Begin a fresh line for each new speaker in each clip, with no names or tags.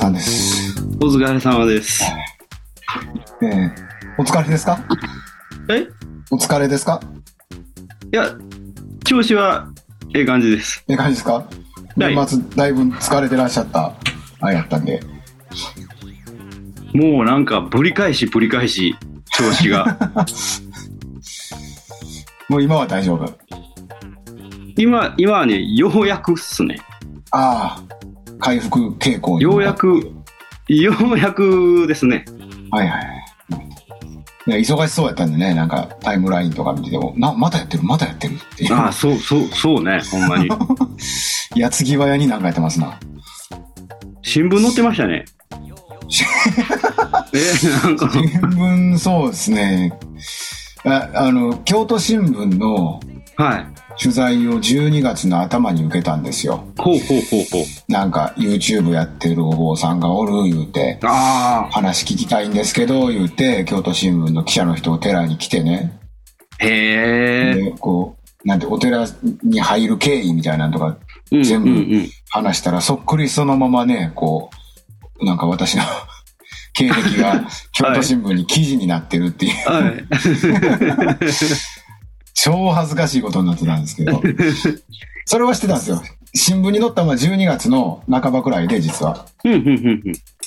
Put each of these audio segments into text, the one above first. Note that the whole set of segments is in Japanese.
さんです。
お疲れ様です。
ええお疲れですか
えい
お疲れですか
や、調子はええ感じです。
ええ感じですか
はい
年末だいぶ疲れてらっしゃったあれやったんで。
もうなんかぶり返しぶり返し、調子が。
もう今は大丈夫。
今、今はね、ようやくっすね。
ああ、回復傾向に
ようや。く、ようやくですね。
はいはい。いや、忙しそうやったんでね、なんかタイムラインとか見てても、な、またやってる、またやってるっていう。
ああ、そう、そう、そうね、ほんまに。
矢継ぎ早になんかやってま すな。
新聞載ってましたね。え、なんか、
新聞、そうですね。ああの、京都新聞の
はい。
取材を12月の頭に受けたんですよ。
ほうほうほうほう。
なんか YouTube やってるお坊さんがおる言うて、
ああ。
話聞きたいんですけど言うて、京都新聞の記者の人お寺に来てね、
へえ。
で、こう、なんてお寺に入る経緯みたいなのとか
うん、
全
うん、
部
うん。
話したらそっくりそのままね、こう、なんか私の 経歴が京都新聞に記事になってるっていう、
はい。
超恥ずかしいことになってたんですけど、それはしてたんですよ。新聞に載ったのは12月の半ばくらいで実は。
うん、うん、うん、うん。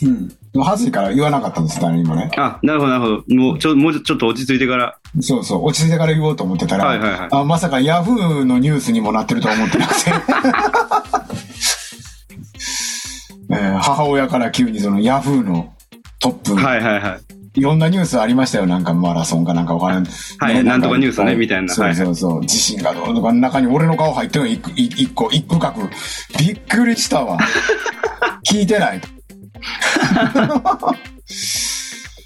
うん。でも恥ずいから言わなかったんです、誰にもね。
あ、なるほど、なるほど。もう、ちょ、もうちょっと落ち着いてから。
そうそう、落ち着いてから言おうと思ってたら、
はいはいはい
あまさかヤフーのニュースにもなってるとは思って なくて。えー母親から急にそのヤフーのトップ、
はい、はい、はい。
い、ろんなニュースありましたよ。なんかマラソンかなんかわからん。
はいなんとかニュースねみたいな
そ
は
う
い
そうそう。地震がどうとかの中に俺の顔入ってるの一個、一一個、一区画。びっくりした わ。聞いてない。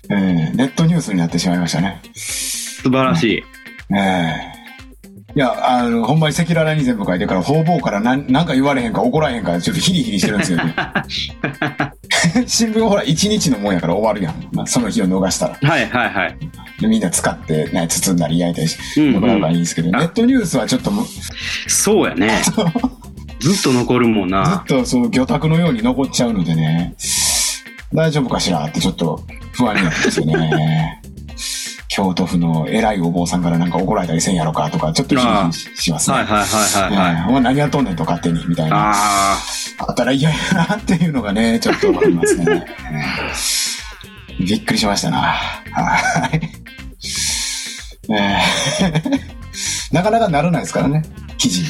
えーネットニュースになってしまいましたね。
素晴らしい。
ええいや、あの、ほんまに赤裸々に全部書いてるから、方々からなんなんか言われへんか怒らへんか、ちょっとヒリヒリしてるんです よね。新聞はほら、一日のもんやから終わるやん。まあ、その日を逃したら。
はいはいはい。
でみんな使って、ね、包んだり焼いたりし、
うんうん
残らばいいんですけど、ネットニュースはちょっともう、ず
そうや ね。ずっと残るもん
っ
な。
とそう、魚拓のように残っちゃうのでね、大丈夫かしらってちょっと不安になってます よね。京都府の偉いお坊さんからなんか怒られたりせんやろかとか、ちょっとヒリヒリししますね。
はいはいはいはいはい。
お前何やっとんねんと勝手にみたいな
あ
あったら嫌やなっていうのがねちょっと思いますねびっくりしましたなはい、えーなかなかならないですからね記事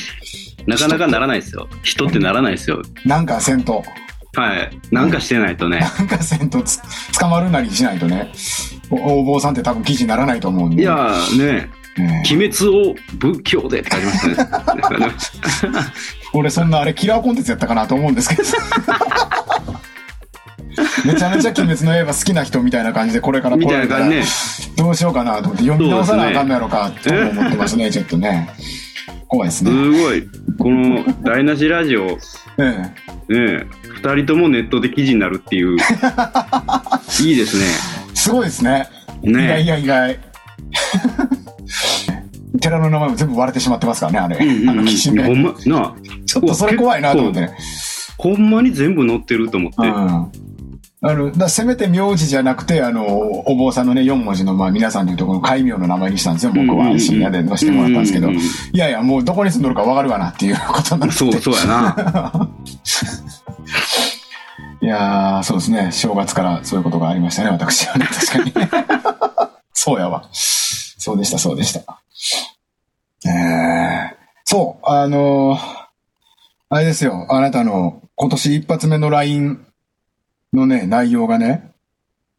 あ、なかなかならないですよ。人ってならないですよ。
なんかせんと
はい。なんかしてないとね。
なんかせんとつ捕まるなりしないとねおお坊さんって多分記事にならないと思うん
い
で
やーね、
えー
鬼滅を仏教でって書きました ね。
俺そんなあれキラーコンテンツやったかなと思うんですけ どめちゃめちゃ「鬼滅の刃」好きな人みたいな感じでこれから来
み
ら
たい
れ
な
たら
感じね。
どうしようかなと思って読み直さなあかんのやろかと
そうですね
思ってますね、ちょっとね。怖いですね。
すごい。この台無しラジオ、ね、
え
二人ともネットで記事になるって いう。いいです
え、すごいですね。
ね。
いやい
ね。
や意外。 寺の名前も全部割れてしまってますからね、あれ。
うん
あ
うんう
の、
ん。
きしめ
ほんま、なあ
ちょっとそれ怖いなと思ってね。
ほんまに全部載ってると思って。
うん。あの、だせめて名字じゃなくて、あの、お坊さんのね、4文字の、まあ皆さんでいうとこの戒名の名前にしたんですよ。僕は深夜で乗せてもらったんですけど。
うう
いうやいや、もうどこに住んどるかわかるわなっていうことにな
う
っ
ん
て。
そうそうや な。
いやー、そうですね。正月からそういうことがありましたね、私はね。確かに。そうやわ。そうでした、そうでした。えー、そう、あのーあれですよ。あなたの今年一発目の LINE のね、内容がね、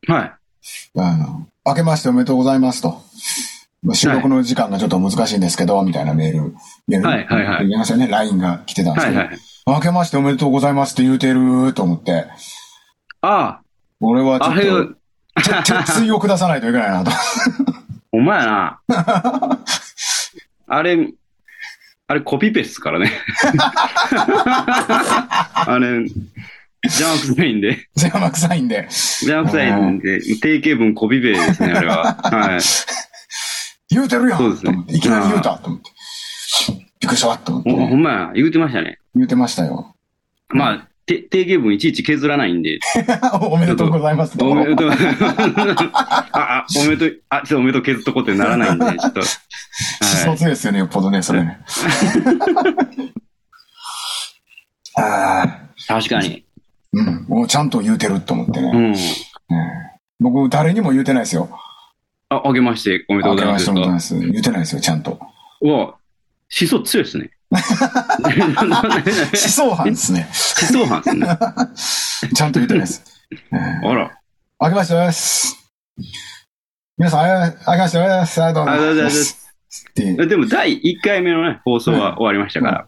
はい。
あの、明けましておめでとうございますと。まあ収録の時間がちょっと難しいんですけど、みたいなメール、メール、
はいはいはい
言いましたよね。LINE が来てたんです
はい
けど、
はい。
明けましておめでとうございますって言うてると思って、
あ
俺は
あ、
ちょ
あ
っ
れ
と、、ちょ鉄槌を下さないといけないなと。
お前やな。あれ、あれコピペっすからね。 あれ、邪魔くさいんで、
邪魔くさいんで。
邪魔くさいんで、定型文コピペですね、あれは。はい。
言うてるやん
そうですね
と思っていきなり言うたと思って。びっくりしたと思って
ほ
ね、
ほんまや、言うてましたね。
言うてましたよ。
まあ、て定型文いちいち削らないんで。
おめでとうございます。
おめでとう。 あ、あ、おめでとう、あ、ちょっとおめでとう削っとこうってならないんで、ちょっと。
思想
は
強いですよね、よっぽどね、それね。 ああ、
い。確かに。
うん。もうちゃんと言うてると思って
う
ね。
ん。
うん、僕、誰にも言うてないですよ。
あ、あげまして、おめでとうございます。
明けましておめでとうございます。言うてないですよ、ちゃ んと。思
うわ、思想強いです ね。思
想犯ですね。
想犯ですね。
ちゃんと言うてない です。うん
あら。
明けましておめでとうございます。皆さん、あ明けましておめでとうございます。ありがとうご
ありがとうご
ざ
ざ
い
い
ま
ます
す。って
でも、第1回目のね、放送は終わりましたから。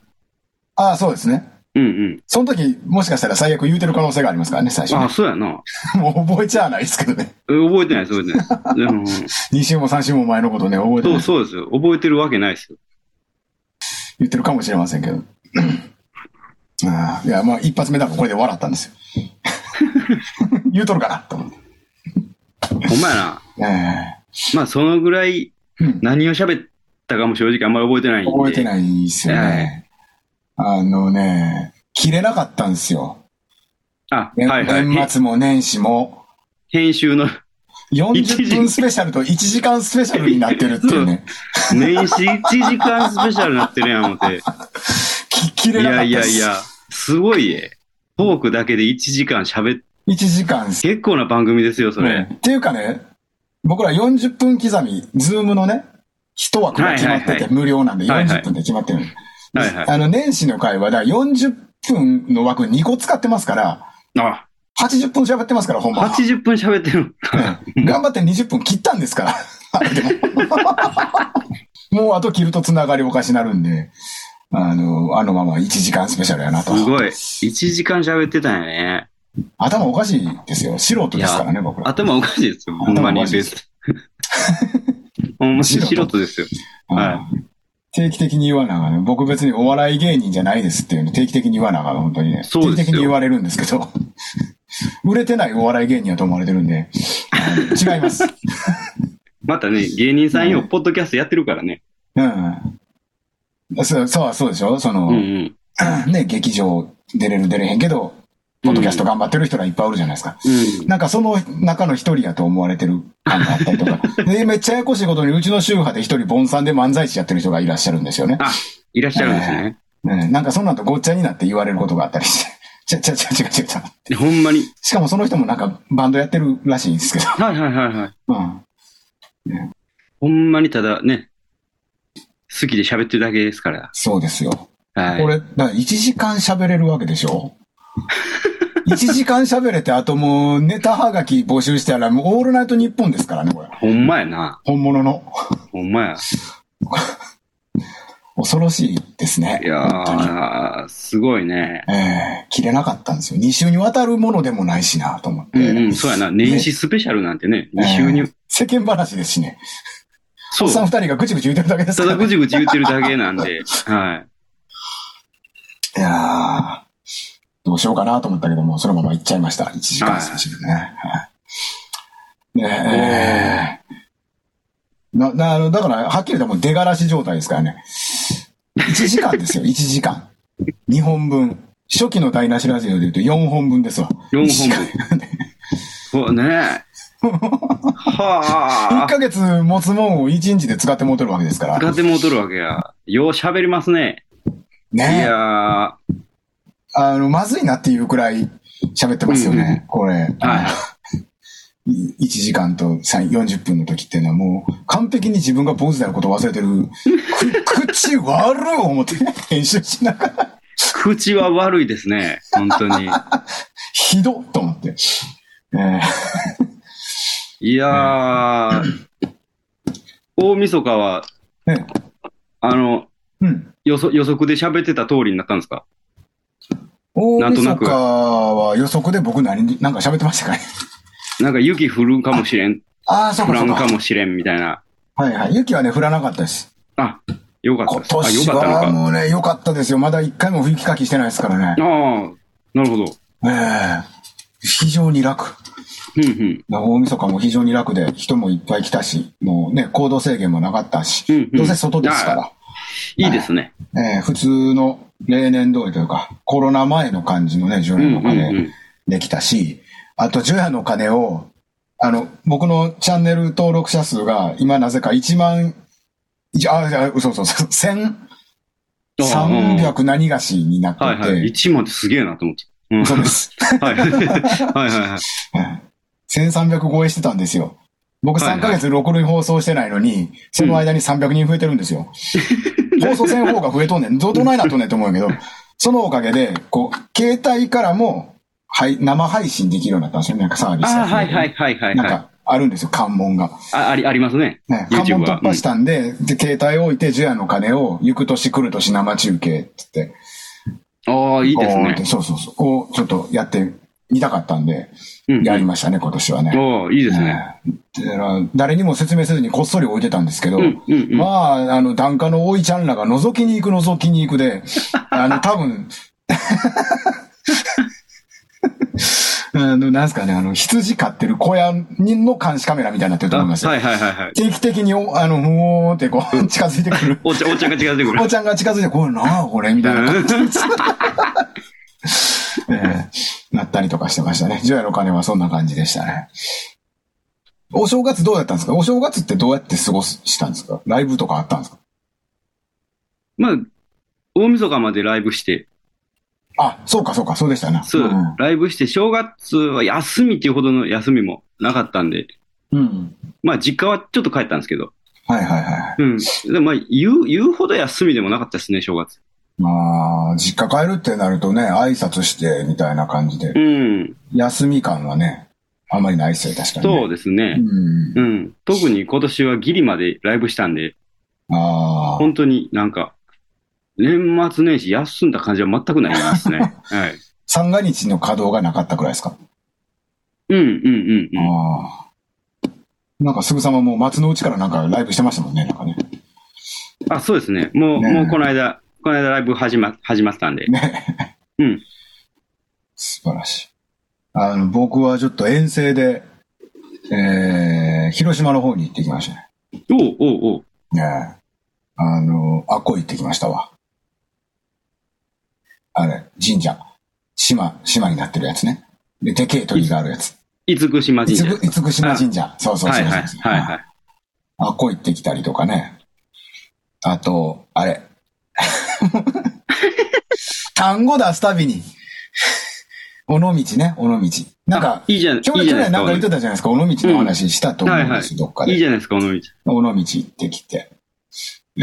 ああ、そうですね。
うんうん。
その時、もしかしたら最悪言うてる可能性がありますからね、最初
あ、。そうやな。
もう覚えちゃわないですけどね。
え覚えてないです、覚えてないです。でも、
2週も3週も前のことね、覚えて
そ
な
う
い
そうですよ。覚えてるわけないですよ。
言ってるかもしれませんけど。 ああいや、まあ、一発目だからこれで笑ったんですよ。 言うとるかなと思って。
ほんまやな。
ええ
まあ、そのぐらい
うん、
何を喋ったかも正直あんまり覚えてないんで。
覚えてないですよね。あのね、切れなかったんですよ。
あ、
ね
はいはい。
年
へ
末も年始も。
編集の
40分スペシャルと1時間スペシャルになってるっていうね。
年始1時間スペシャルになってるやん、思 って。
き切
い
れなかった
や
です。
いやいや、すごいえ。トークだけで1時間喋っ
1時間です
結構な番組ですよ、それ。
ねっていうかね、僕ら40分刻み、ズームのね、一枠が決まってて、
はいはいはい
無料なんで
はいはい
40分で決まってる、
はいはい
あの、年始の会話だ、40分の枠2個使ってますから、
あ、
80分喋ってますから、ほんまは。
80分喋ってる。
ね頑張って20分切ったんですから。 あれでももうあと切るとつながりおかしなるんで、あの、あのまま1時間スペシャルやなと。
すごい。1時間喋ってたんやね。
頭おかしいですよ。素人ですからね、僕ら。
頭おかしいですよ、ほんま
頭
に。
おかしいです
別にほんまに素人ですよ。は
うん定期的に言わなあかんね。僕別にお笑い芸人じゃないですっていうの定期的に言わなあかん、本当にね。
そうですよ
定期的に言われるんですけど。 売れてないお笑い芸人やと思われてるんで。違います。
またね、芸人さんよ、ポッドキャストやってるからね。
うん。そう、そう、そうでしょその、
うんうん。
ね、劇場出れる出れへんけど、ポッドキャスト頑張ってる人らいっぱいおるじゃないですか。
うん。
なんかその中の一人やと思われてる感があったりと か。で、めっちゃややこしいことに、うちの宗派で一人盆さんで漫才師やってる人がいらっしゃるんですよね。
いらっしゃるんですね。
うん、なんかその後ごっちゃになって言われることがあったりして。 ちゃちゃちゃちゃちゃちゃ。
ほんまに。
しかもその人もなんかバンドやってるらしいんですけど。
はいはいはいはい。
うん。
ほんまにただね、好きで喋ってるだけですから。
そうですよ。
はい。
俺、だから1時間喋れるわけでし ょ ?1 時間喋れて、あともうネタはがき募集したらもうオールナイト日本ですからね、これ。
ほんまやな。
本物の。
ほんまや。
恐ろしいですね。
いやー、すごいね。
ええ切れなかったんですよ。2週にわたるものでもないしな、と思って。
うんうん、そうやな。年始スペシャルなんてね、2週に。
世間話ですしね。
そ
おっさん
う。
2人がぐちぐち言ってるだけです
た
から
だ
ね
ぐちぐち言ってるだけなんで。はい
やー、どうしようかなと思ったけども、そのまま行っちゃいました。1時間スペシャルね。はいねえな、な、あのだから、はっきり言ってもう出がらし状態ですからね。1時間 ですよ、1時間。2本分。初期の台無しラジオで言うと4本分ですわ。
い。4
一時間
本分。そうね。は
1
あ。
ヶ月持つもんを1日で使ってもうてるわけですから。
ガテ戻るわけや。よう喋りますね。い
ねえ。
や
あの、まずいなっていうくらい喋ってますよね、これ。
ー。はい。
1時間と3 40分の時っていうのはもう完璧に自分が坊主であることを忘れてる。く口悪い思って編集しながら、
口は悪いですね。本当に。
ひどっと思って。えー
いやー。大晦日は、
ね
あの、
うん。
予測予測で喋ってた通りになったんですか
大
なんと
晦
なく
日は予測で僕何に、なんか喋ってましたかね。
なんか雪降るかもしれん、
ああ、そう
降
からそうんか
か。もしれんみたいな。
はいはい。雪はね、降らなかったです。
あ、よかった
今
です。あ、よ
年
かった
は
のか。
もうね、良かったですよ。まだ一回も雪かきしてないですからね。
ああ、なるほど。
ええ非常に楽。
うんうん。
大晦日も非常に楽で、人もいっぱい来たし、もうね、行動制限もなかったし、
うんうん
どうせ外ですから。
いいですね。
えー普通の例年通りというか、コロナ前の感じのね、除
うん
夜の
うんう
鐘
ん。
できたし、あと除夜の鐘を、あの、僕のチャンネル登録者数が、今なぜか1万、いやあ、じゃあ、嘘嘘嘘、
あ
1300何がしになって
あはい
て、
はい。1万ってすげえなと思って。うん
そうです。
はい はいはいはい。
はい1300超えしてたんですよ。僕
はいはい
3ヶ月6類放送してないのに、その間に300人増えてるんです よ。放送せん方が増えとんねん。ど、どないなっとんねんと思うんやけど、そのおかげで、こう、携帯からも、はい、生配信できるようになったんですよ。なんかサービス
ああ、
が
はいはいはいはい
なん
はい。あ
か、あるんですよ、関門が。
ありありますね。
ね、関
YouTube
門
は
突破したんで、で、携帯置いて、ジュアの鐘を、行く年来る年生中継って言って、
ああ、いいです
こうやっ
ね
て。そうそうそう。こう、ちょっとやってみたかったんで、
うんうん
やりましたね、今年はね。
おーいいですね。
えーだから誰にも説明せずにこっそり置いてたんですけど、
うんうんうん。
まあ、あの、檀家のおいちゃんらが覗きに行く覗きに行 くで、あの、多分 あの、なんすかね、あの、羊飼ってる小屋の監視カメラみたいになってると思いますよ。
はいはいはいはい。
定期的にお、あの、ふおーってこう、近づいてくる。
お茶、お茶が違ってくる
お。ちゃんが近づいて、これなあ、これ、みたいな感じです。えーなったりとかしてましたね。除夜の鐘はそんな感じでしたね。お正月どうやったんですかお正月ってどうやって過ごすしたんですかライブとかあったんですか
まあ、大晦日までライブして、
あ、そうかそうか、そうでしたね。
そう、
ん
ライブして、正月は休みっていうほどの休みもなかったんで、
うん。
まあ、実家はちょっと帰ったんですけど、
はいはいはい。
うん。でもまあ、言う、言うほど休みでもなかったですね、正月。
まあ、実家帰るってなるとね、挨拶して、みたいな感じで
う。ん。
休み感はね、あんまりないっすよ、確かに、ね。
そうですね。
うん。
うん。特に今年はギリまでライブしたんで、
ああ。
本当になんか、年末年始休んだ感じは全くないです ね。はい。
三が日の稼働がなかったくらいですか
うんうんうんうん。
ああ。なんかすぐさまもう松の内からなんかライブしてましたもんね、なんかね。
あ、そうですね。もう、
ねえ
もうこの間、この間ライブ始ま、始まったんで。
ね。
うん。
素晴らしい。あの、僕はちょっと遠征で、えー、広島の方に行ってきましたね。
おうおうおう。
ねえあの、あっこ行ってきましたわ。あれ、神社。島、島になってるやつね。で、でけえ鳥居があるやつ。
厳島
い
神
つ
社。
ぐ、いつぐ島神社。そうそう
は
そ
いう
そう
はい
そう。
はいはい。
あっこ行ってきたりとかね。あと、あれ。単語出すたびに。尾道ね、尾道。なんか
あ、いいじゃん、いい
去
じゃ
年、去年なんか
な
言
い
っ
で
てたじゃないですか。尾道の話したと思うんですよ、どっ
すか。
か
いい
で。
じゃないですか、尾道。
尾道行ってきて。え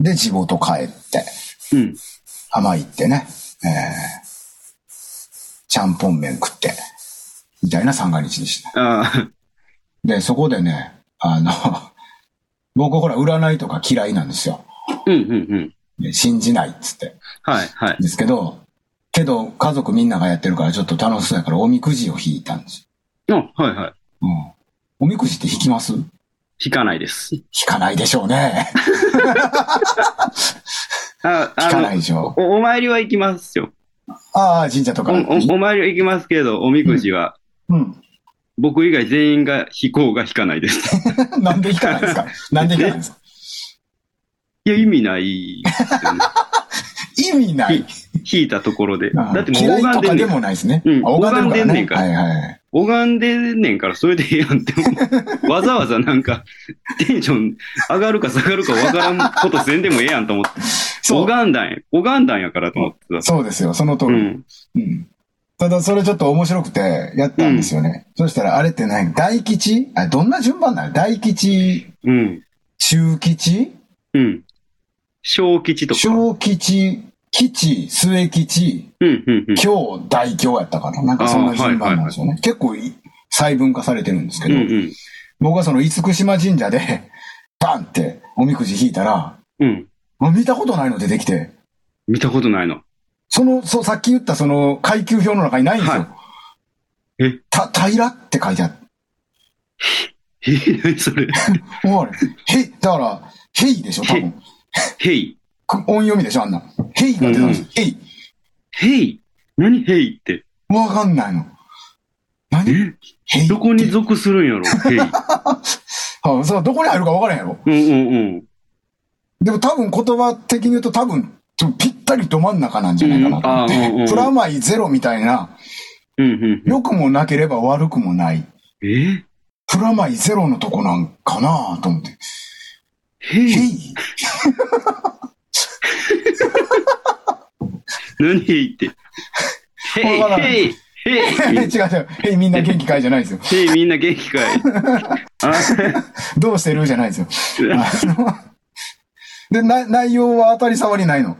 ー、で、地元帰って、
うん。
浜行ってね。えー、ちゃんぽん麺食って。みたいな三が日でした。
あ
で、そこでね、あの、 僕ほら、占いとか嫌いなんですよ。
あ、うんうんうん。
ね信じないっつって。
はいはい。
ですけど、けど、家族みんながやってるからちょっと楽しそうやから、おみくじを引いたんです
あはいはい。
よ。うん。おみくじって引きます引
引かないです。
かないでしょうね。
あ、
引
あ
かな
の、
いでしょう。
おお参りは行きますよ。
ああ、神社と
お
か。
おお参りは行きますけど、おみくじは、
うん。
僕以外全員が引こうが引かないです。
なんで引かないんですかなんで引かないんですか
いや、意味ないですよね、
意味ない。
引いたところで。
ああ
だってもう
嫌い
拝ん
と
で
か
んね
で
ん。
もないですね。
うん
あ拝んでるからね。
拝んでんねんから拝んでんねんから、
はいはい。
それでええやんって思 う。わざわざなんか、テンション上がるか下がるかわからんことせんでもええやんと思って。
そう。
拝んだんや。拝んだんやからと思ってた。
そうですよ。その通
う
り。
ん。
うんただ、それちょっと面白くて、やったんですよね。そしたら、あれって何大吉あ、どんな順番なの大吉、
うん。
中吉、
うん。小吉とか。
小吉、吉、末吉、
うん、うん、うん。
京、大京やったかななんかそんな順番なんですよね。結構い細分化されてるんですけ
う
ど、
ん、うん。
僕はその、厳島神社で、 バンって、おみくじ引いたら、
うん。
もう見たことないの出てきて、
見たことないの。
その、そう、さっき言ったその、階級表の中にないんですよ。
はえ
た、平って書いてあって。
へい、何それ。
おい、へい、だから、へいでしょ、多
へい
分。
へい。
く音読みでしょ、あんな。へいが出たんです
う
よ。へい。
へい。何へいって。
わかんないの。何へい
え
って。
どこに属するんやろへい。
あそうどこに入るかわからへんやろ。
うん、うん、うん。
でも多分言葉的に言うと多分、ちょぴったりど真ん中なんじゃないかなと思って、
うんあーうんうん
プラマイゼロみたいな、
うんうんうん。
良くもなければ悪くもない、
え
プラマイゼロのとこなんかなと思って。
へ
へ
い。
い
何へいって。 へい
わからん
へいへ
違う
い
違う。へいみんな元気かいじゃないですよ。
へいみんな元気かい。 あ
どうしてるじゃないですよ。あの で、な内容は当たり障りないの。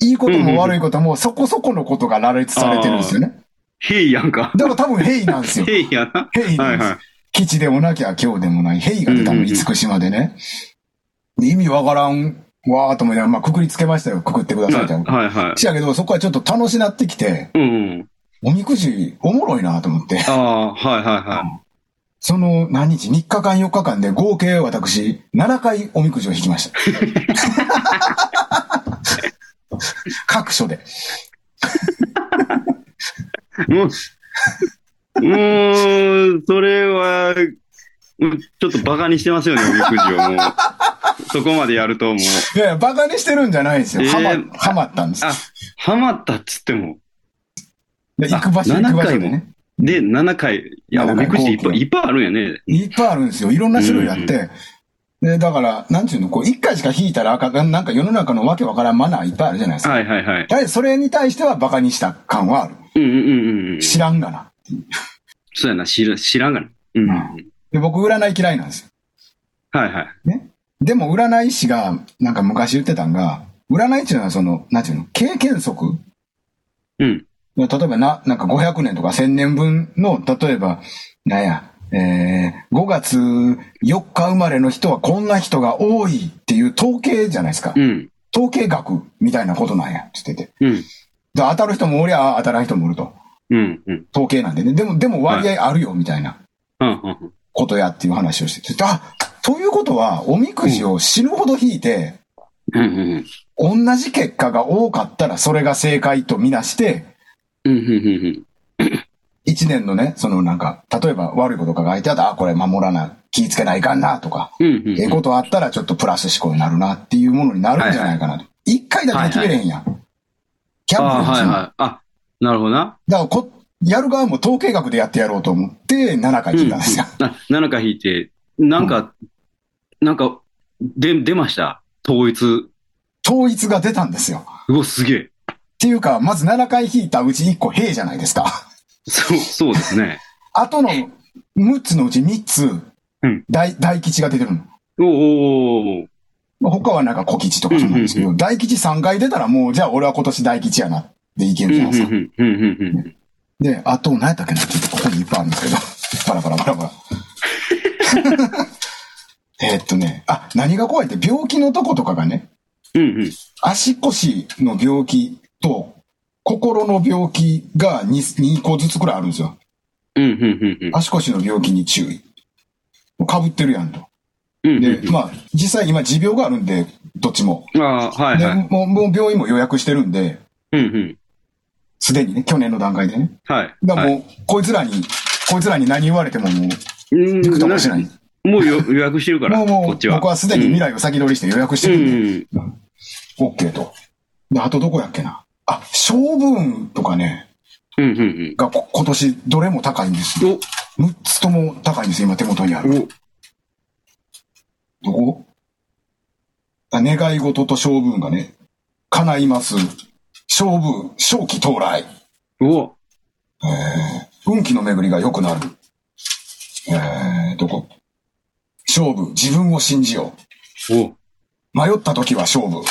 いいことも悪いこともそこそこのことが羅列されてるんですよね。
へいやんか。
だから多分ヘイな んですよ。
へいやな。
ヘイな
は
ん
い
です。
は
基地でもなきゃ今日でもない。ヘイが出た
うん
の、
うんうん
厳島でね。で意味わからんわーと思いながら、まあ、くくりつけましたよ。くくってくだ
い。
さいと。
はいは
しやけど、そこはちょっと楽しなってきて、
い。うん。
おみくじおもろいなと思って。
ああ、はいはいは
その何日 ?3 日間4日間で合計私、7回おみくじを引きました。 各所で。
い。もう、もう、それは、うんちょっとバカにしてますよね、おみくじを。もう、そこまでやると、もう、
いやいや、バカにしてるんじゃないですよ。
えー
はま、はまったんです
あ。ハマったっつっても、
で行く場所
あ
行く場所で
7回
ね。
で、7回、いや、お
7回
みくじいっぱい
こう
いっぱいあるんやね。
いっぱいあるんですよ。いろんな種類あって。で、だから、なんちゅうの、こう、一回しか引いたらあかん、なんか世の中のわけわからんマナーいっぱいあるじゃないですか。
はいはいはい。
だけどそれに対してはバカにした感はある。
うんうんうんうん。
知らんがな。
そうやな、知ら知らんがな。うん。
うん
はい
で、僕、占い嫌いなんですよ。
はい。
でも、占い師が、なんか昔言ってたんが、占いっていうのは、その、なんちゅうの、経験則
うん。
例えばな、なんか500年とか1000年分の、例えば、なんや、えー、5月4日生まれの人はこんな人が多いっていう統計じゃないですか
う。ん。
統計学みたいなことなんや、つってて。
うん。
で、当たる人もおりゃ、当たらん人もおると。
うん。うん。
統計なんでね。でも、でも割合あるよ、みたいな
うんうん
ことやっていう話をしてて。あ、ということは、おみくじを死ぬほど引いて、
うんうんうん。
同じ結果が多かったら、それが正解とみなして、
うんうんうんうん。
一年のね、そのなんか、例えば悪いことが書いてあったら、あ、これ守らな、気ぃつけないかんな、とか、
うんうんうん
ええことあったらちょっとプラス思考になるなっていうものになるんじゃないかなと。一、回だけで決めれへんやん。キャンプ
ああ、
なんです
はい
よ
はい。あ、なるほどな。
だからこ、やる側も統計学でやってやろうと思って、7回聞いたんですよ。
あ、7回引いて、なんか、なんか、で、出ました。統一。
統一が出たんですよ。っ
うわ、すげえ。
ていうか、まず7回引いたうち1個平じゃないですか。
そう、そうですね。
あとの6つのうち3つ、
うん
大、大吉が出てるの。
おーおーおー
他はなんか小吉とかそうなんですけど、大吉3回出たらもう、じゃあ俺は今年大吉やなっていけ
うん
る
う
じゃ
ん
ないですか。
うんうんうんうん。
で、あと、何やったっけなちょっとここにいっぱいあるんですけど。パラパラパラ パラ。えーっとね、あ、何が怖いって病気のとことかがね、
うんうん。
足腰の病気と心の病気が 2, 個ずつくらいあるんですよ。
うんうんうんうん。
足腰の病気に注意。かぶってるやんと。
うん
で
う、ん
まあ、実際今持病があるんで、どっちも。
うん。ああ、はい
で
はい。
もうもう病院も予約してるんで、
うんうん。
すでにね、去年の段階でね。
はい。
だから
はい
もう、こいつらに、こいつらに何言われてももう、
うん
行くともしない。
もうよ予約してるから、
もうも
こ
う
っちは。
僕はすでに未来を先取りして予約して
う
る
ん
んで、
うん。
OK と。で、あとどこやっけな。あ、勝負運とかね、
うんうんうん
がこ今年どれも高いんです
う
よ。
ん。
6つとも高いんですよ、今手元にある。
お、お、
どこあ願い事と勝負運がね、叶います。勝負運、正気到来。
うわ、
えー運気の巡りが良くなる。えー、どこ勝負、自分を信じよ
お、
う。迷った時は勝負。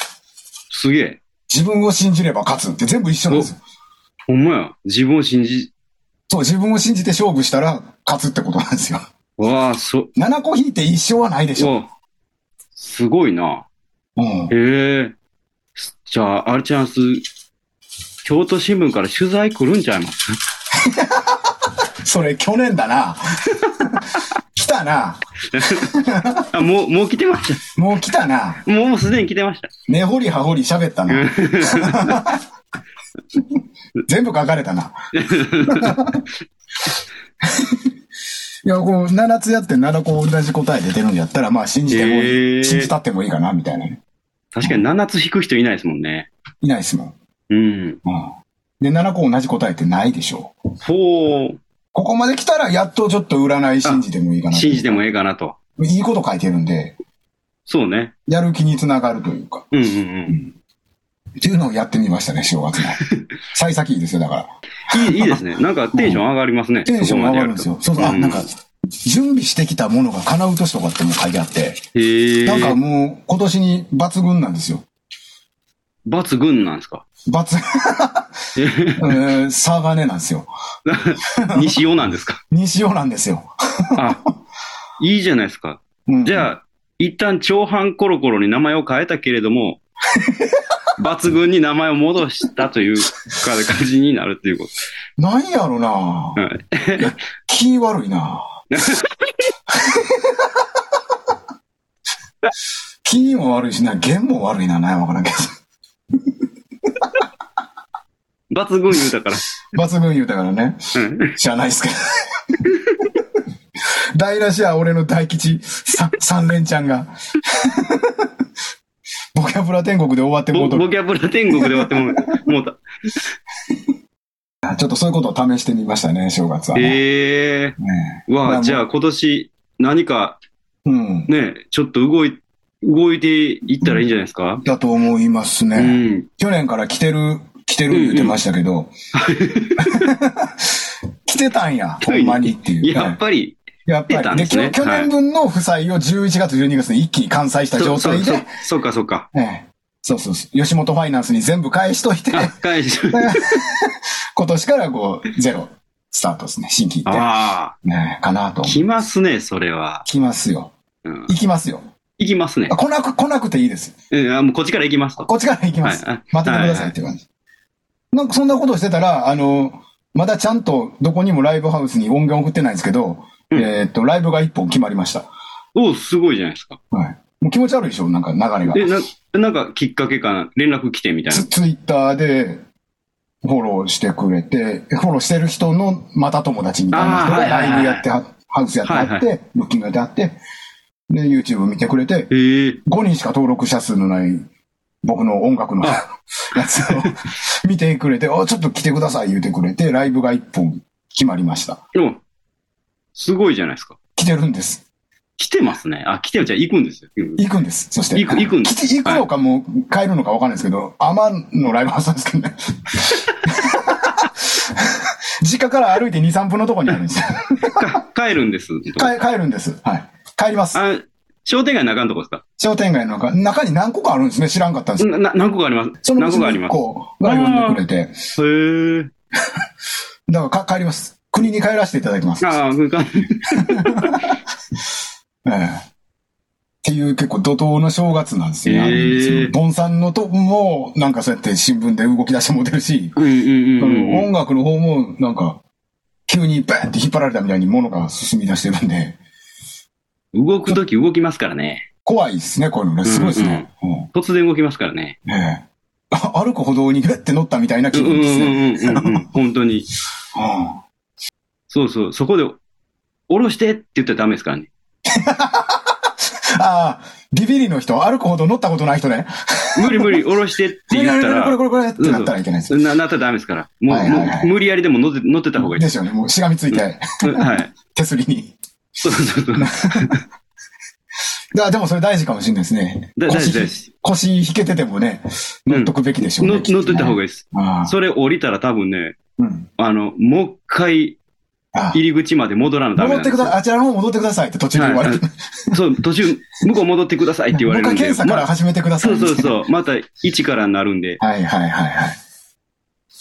すげえ。
自分を信じれば勝つって全部一緒なんですよ。
ほんまや。自分を信じ、
そう、自分を信じて勝負したら勝つってことなんですよ。
わあ、そ、
7個引いて一勝はないでしょ。
わあ、すごいな。
うん。
へえ。すじゃあ、あれちゃんす、京都新聞から取材来るんちゃいます
それ去年だな。 来たな。
あ、もう、もう来てまし
もう来たな。
た。もうもうすでに来てました。
根掘り葉掘り喋ったな。 全部書かれ たな。いや、こう、7つやって7個同じ答え出てるんやったら、まあ信じてもいい、
へえ
信じたってもいいかな、みたいなね。
確かに7つ引く人いないですもんね。
いないですもん。
うん。
うん。で、7個同じ答えってないでしょう。
ほ
ここまで来たら、やっとちょっと占い信じてもいいか
う、
な。
信じてもええかなと。
いいこと書いてるんで、
そうね。
やる気につながるというか。
うんうん
っていうのをやってみましたね、正 月の。幸先いいですよ、だから。
うん。いい、いい ですね。なんかテンション上がりますね。
テンションが上がるんです
そこ
よ。そうそう、
ま
あ、
でや
なん
ると
か、準備してきたものが叶う年とかってもう書いてあって、
うんへえ。
なんかもう今年に抜群なんですよ。
罰軍なんですか
抜、
え
えー、差がねなんですよ。
西尾なんですか
西尾なんですよ。
あ、いいじゃないですか。
うん、
じゃあ、一旦長半コロコロに名前を変えたけれど も、抜群に名前を戻したというか感じになると いうこ
なんやろな
と。はい、
気悪いな気も悪いしな、弦も悪いな、なんやわからんけ
抜群言うたから。
ど。 抜群言うたからね。
うん
知らないっすけど。 台無しは俺の大吉さ三連ちゃんが。 ボキャブラ天国で終わっても
ボ
うとる
ボキャブラ天国で終わってもうもうた。
ちょっとそういうことを試してみましたね、正月はね。
ええ
ね
ー。
まあ
わ
も
あ、
う
じゃあ今年何か
うん。
ね、ちょっと動い、動いていったらいいんじゃないですか、
だと思いますね。
うん、
去年から来てる、来てる言ってましたけ ど。来てたんや、ほんまにっていう。
やっぱり、
やっ
来てたんですね
去去
はい
年分の負債を11月、12月に一気に完済した
そ
状
そ
態
う
で、
そうそうかそうか。
ええそうそうそう。吉本ファイナンスに全部返しといて、
あ、返し。
今年からこう、ゼロ、スタートですね。新規行って。
あ
ねえかなと
あ、。来ますね、それは。
来ますよ。
うん、
行きますよ。
行きますね
あ。来なく、来なくていいです。
うん、あもうこっちから行きますと。
こっちから行きます。
はいあ
待っててくださいっていう感じ。なんかそんなことしてたら、あの、まだちゃんとどこにもライブハウスに音源送ってないんですけど、
うん
えーっと、ライブが一本決まりました。
おうすごいじゃないですか。
はい。もう気持ち悪いでしょなんか流れが。
え、な、なんかきっかけかな連絡来てみたいな
ツ。ツイッターでフォローしてくれて、フォローしてる人のまた友達みたいな人
あー
が
はいはいはい
ライブやっては、ハウスやってはって、
はい
ブッキングやってはって、で、YouTube 見てくれて、
へえ。
5人しか登録者数のない僕の音楽のや つを見てくれて、あ、ちょっと来てください言うてくれて、ライブが1本決まりました。
でも、すごいじゃないですか。
来てるんです。
来てますね。あ、来てるじゃあ行くんですよ。うん
行くんです。そして。
行く行くんです
来て行くのかもう帰るのか分かんないですけど、アマンのライブハウスなんですけどね。 実家から歩いて2、3分のとこにあるんですよ。
か帰るんです。
帰帰るんです。はい。帰ります。
あ、商店街の中のとこですか
商店街の中、中に何個かあるんですね。知らんかったんですけど。
な、な何個かあります。
その
何
うち
個
の
かありま
1個が呼んでくれて。
す。へえ。
だからか帰ります。国に帰らせていただきます。
ああ、そうか。
ええっていう結構怒涛の正月なんですよねあ
ええ
る意味。そのボンさんのとこも、なんかそうやって新聞で動き出してもてるし、
うんうん
あ
う
の
んう
音
ん。
楽の方も、なんか、急にバーンって引っ張られたみたいに物が進み出してるんで、
動くとき動きますからね。
怖いですね、こういうのね。すごいですね。うん
突然動きますからね。
ええあ歩く歩道にグッて乗ったみたいな
う
気
んうん
分ですね。
うんうん うん。本当に。
うん
そうそう。そこで、下ろしてって言ったらダメですからね。
ああ、ビビリの人、歩く歩道乗ったことない人ね。
無理 無理、下ろしてって
これ
言った
これ
ら
こ、れこれってなったらいけないですよ。
ななったらダメですから。もう、
はいはいはい
もう無理やりでも乗って乗ってた方がいい
で。すよね。もうしがみついて、
うんはい。
手すりに。
そうそうそう。
だでもそれ大事かもしれないですね。
だ大事
腰
大事。
腰引けててもね、乗っとくべきでしょうね。
乗乗ってた方
いい。
がいいです。
ああ。
それ降りたら多分ね、
うん。
あの、もう一回
あ
入り口まで戻らな
あ
ダメなん
戻っ
で
て
すよ
くだ、あちらの方戻ってくださいって途中で言われて。
はいそう、途中、向こう戻ってくださいって言われ
僕
る
は
んで
検。査か
ま
ら
あ
始めてください
そ
み
う
たい
そ
な。
うそう。また1からなるんで、
はいはいはいは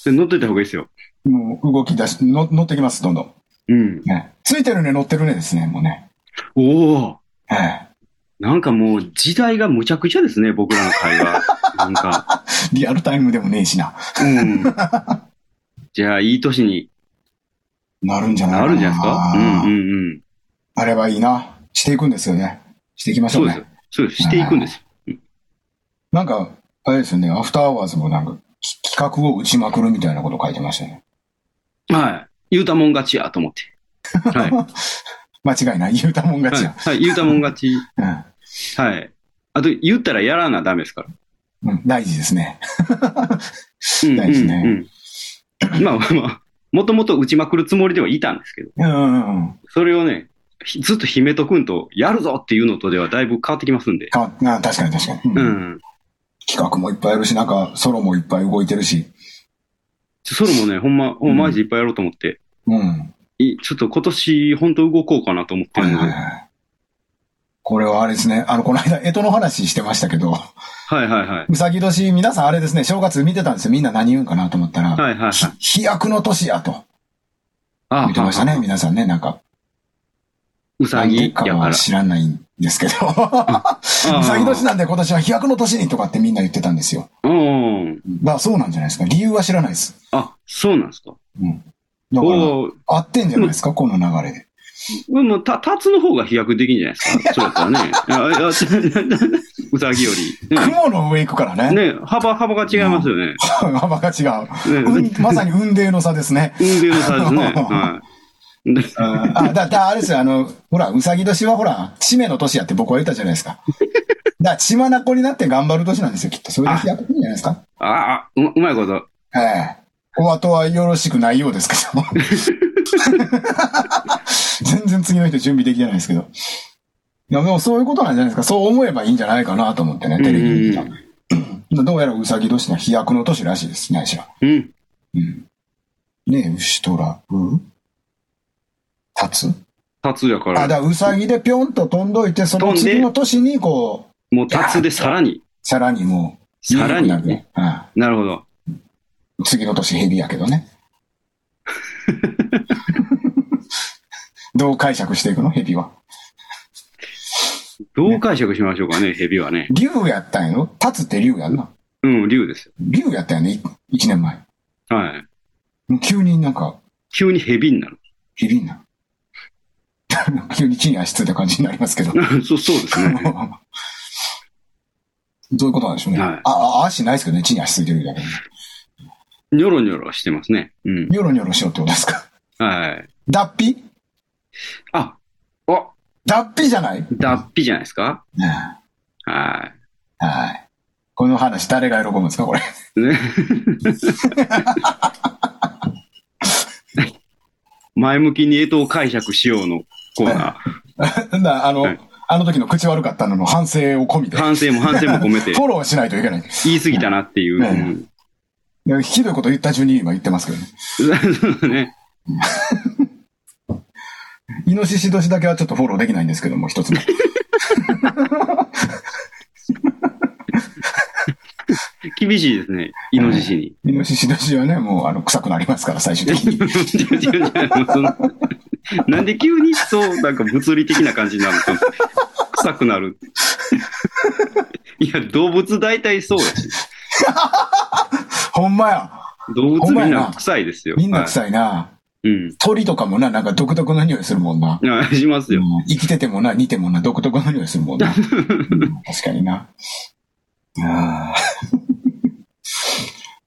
で乗ってた方がいいですよ。
い。もう動き出し、の乗ってきます、どんどん。
うん。
ね。ついてるね、乗ってるねですね、もうね。
おお
ええ。
なんかもう時代がむちゃくちゃですね、僕らの会話。なんか。
リアルタイムでもねえしな。
うん。じゃあ、いい年に
なるんじゃない
な
か
るんじゃないですかうんうんうん。
あればいいな。していくんですよね。していきましょ
そうう
ね。
ですよ。そうです。していくんですよ。
なんか、あれですよね、アフターアワーズもなんか、き企画を打ちまくるみたいなこと書いてましたね。
はい。言うたもん勝ちやと思って。 はい。は
間違いない。言うたもん勝
い。
ちや。
はい、言うたもん勝ち。
うん。
はい。あと、言ったらやらなダメですから。
うん、大事ですね。
うん
大事ね
うんうんまあまあまあ、もともと打ちまくるつもりではいたんですけど、
うんうんうん。
それをね、ひずっと秘めとくんと、やるぞっていうのとではだいぶ変わってきますんで。
かあ確かに確かに、
う
うん
ん。
企画もいっぱいあるし、なんかソロもいっぱい動いてるし。
ソロもね、ほんま、おマジいっぱいやろうと思って、
うん。
いちょっと今年ほんと動こうかなと思って
は
る
い
の
はい
で。
はい。これはあれですね。あの、この間、干支の話してましたけど、
はいはいはい。
うさぎ年、皆さんあれですね、正月見てたんですよ。みんな何言うんかなと思った
は
ら、
いはいはい。
ひ飛躍の年やと
あ
見てましたね。皆さんね、なんか、
うさ
なん
ぎ
で
やか。
からは知らないんですけど、 うさぎ年なんで今年は飛躍の年にとかってみんな言ってたんですよ。
うんうん。
まあそうなんじゃないですか。理由は知らないです。
あ、そうなんですか。
うん。だから、
おー
合ってんじゃないですか、この流れで。
うんもう、た、たつの方が飛躍できんじゃないです か。そうやったらね。あいや うさぎより。ね
雲の上行くからね。
ね、幅、幅が違いますよね。
幅が違う。う
ね
ん、まさに運命の差ですね。
運命の差ですね。はい。で
あ、だ、だ、あれですよ、あの、ほら、うさぎ年はほら、知名の年やって僕は言ったじゃないですか。だから、血まなこになって頑張る年なんですよ、きっと。それで飛躍するんじゃないですか。
ああ、ううまいこと。
ええ。お後はよろしくないようですけ ど。全然次の人準備できてないですけど。いや、でもそういうことなんじゃないですか。そう思えばいいんじゃないかなと思ってね、テレビ見てたらうんどうやらうさぎ年の飛躍の年らしいです、ないしら。
うん。
うん。ねえ、牛とら、う立つ
タツやか
あ、だ
ら。
からうさぎでぴょんと飛んどいて、その
飛んで
次の年にこう、
もうタツでさらに。
さらにもう、
さらに
有名なるね。うん
なるほど。
次の年ヘビやけ どね。どう解釈していくのヘビは。
どう解釈しましょうかね、蛇はね。
竜やったんやろ立つって竜やんな。
うん、竜ですよ。
竜やったんやね、い一年前。
はい。
急になんか、
急に蛇になる。
ヘビになる。 急に地に足ついた感じになりますけど。
そう、そうです ね。
どういうことなんでしょうね。
はい
あ、あ、足ないですけどね、地に足ついてるだけで。
ニョロニョロしてますね。うん。
ニョロニョロしようってことですか。
はい。
脱皮
あ、あ、
脱皮じゃない
脱皮じゃないですか
ね
は
えはい。この話、誰が喜ぶんですか、これ。
い。ね。 前向きに干支を解釈しようのコーナ
なあの、
はい
あの時の口悪かったのの反省を込み
ー。
で、フ
反省も反省も込めて、
ォローしないといけない。
言い過ぎたなっていう。
ね
うん
いやひどいこと言った順に今言ってますけどね。
そうだね。
イノシシ年だけはちょっとフォローできないんですけども、一つも。
厳しいですね。イノシシに。
イノシシ年はね、もうあの臭くなりますから、最終 的に。
違う違う違うその なんで急にそう、なんか物理的な感じになるの臭くなる。いや、動物大体そうやし。
ほんまや。
動物み
ほん
ん
まや
な
な
臭いですよ。
みんな臭いな。
はい。うん。
鳥とかもな、なんか独特の匂いするもんな。
あしますよ。
うん生きててもな、似てもな、独特の匂いするもん な。うん確かにな。あ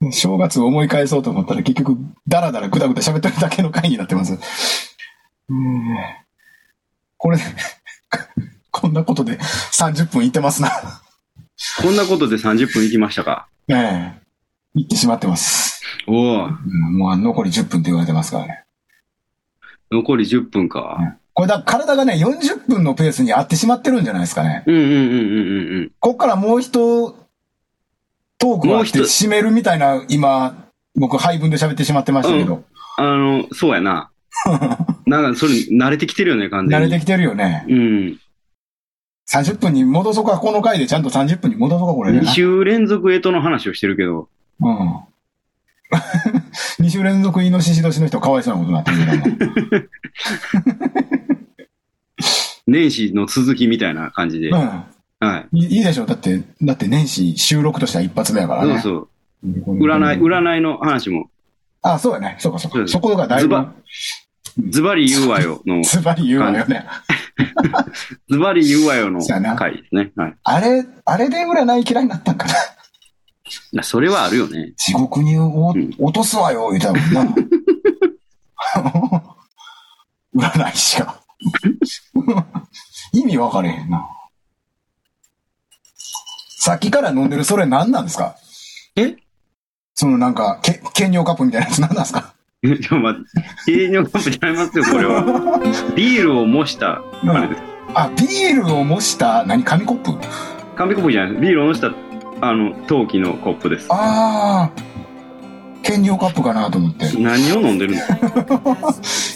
ー 正月を思い返そうと思ったら結局、ダラダラグダグダ喋ってるだけの回になってます。うんこれ、 こんなことで30分いってますな。
こんなことで30分いきましたか。
ええ。いってしまってます。
おお、
うんもう残り10分って言われてますからね。
残り10分か。
これだ、体がね、40分のペースに合ってしまってるんじゃないですかね。
うんうんうんうんうん
こっからもう一トーク
も
は
う
っ
一
て締めるみたいな、今、僕、配分で喋ってしまってましたけど、
うん。あの、そうや な。なんか、それ、慣れてきてるよね、完全
慣
に。
れてきてるよね。
うん。
30分に戻そうか、この回でちゃんと30分に戻そうか、これね。
2週連続干支の話をしてるけど。
うん。2週連続イノシシ年の人、かわいそうなことになってるけ
年始の続きみたいな感じで。
ど
は
も。うん。
い。
いいいでしょう。だって、だって年始収録としては一発目やから
そう
ね。
そう。
うん
占い、。占いの話も、
あ、そうやね。そうか、そう
そうで
か。
す
そこがだいぶ
ズ、バズバリ言うわよの、
ズバリ言うわよね。
ズバリ言うわよの
そうやな
回ですね。はい。
あれ、あれで占い嫌いになったんかな。
いやそれはあるよね。
地獄にお
ん
落とすわよ、言うたもんな。 占い師が。意味分かれへんな。さっきから飲んでるそれ何なんですか
え
そのなんか、け、兼用カップみたいなやつ何なんですか
いや、まあ、営業カップちゃいますよ、これは。 ビールを模した、あれです。
あ、ビールを模した、何、紙コップ
紙コップじゃないです。ビールを模した、あの、陶器のコップです。
あー、兼用カップかなと思って。
何を飲んでるんですか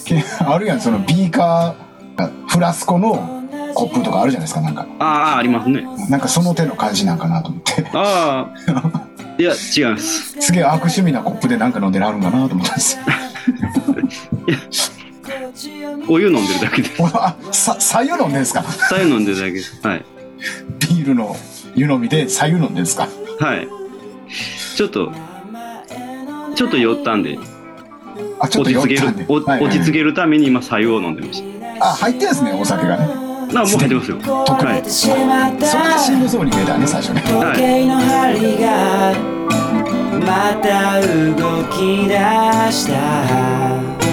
け あるやん、そのビーカー、フラスコのコップとかあるじゃないですか、なんか。
ああ、ありますね。
なんかその手の感じなんかなと思って。
ああ、いや、違うんです。
すげえ悪趣味なコップでなんか飲んでるあるんかなと思ったんですよ。
お湯飲んでるだけです。
俺は、さ、左右飲んでんですか
左右飲んでるだけです。はい。
ビールの湯飲みで左右飲んでんですか
はい。ちょっと、ちょっと酔ったんで、
あ、ちょ
落
っと
ち
酔っ
着ける
たんで、
お
はい
落ち着けるために今、白湯を飲んでまし
あ、入ってんですね、お酒がね。
た。なあ、もう入ってますよ。
特
は
に
い。
それがしんどそうに見えたね、最初ね。
は
時
い
計の針がまた動き出した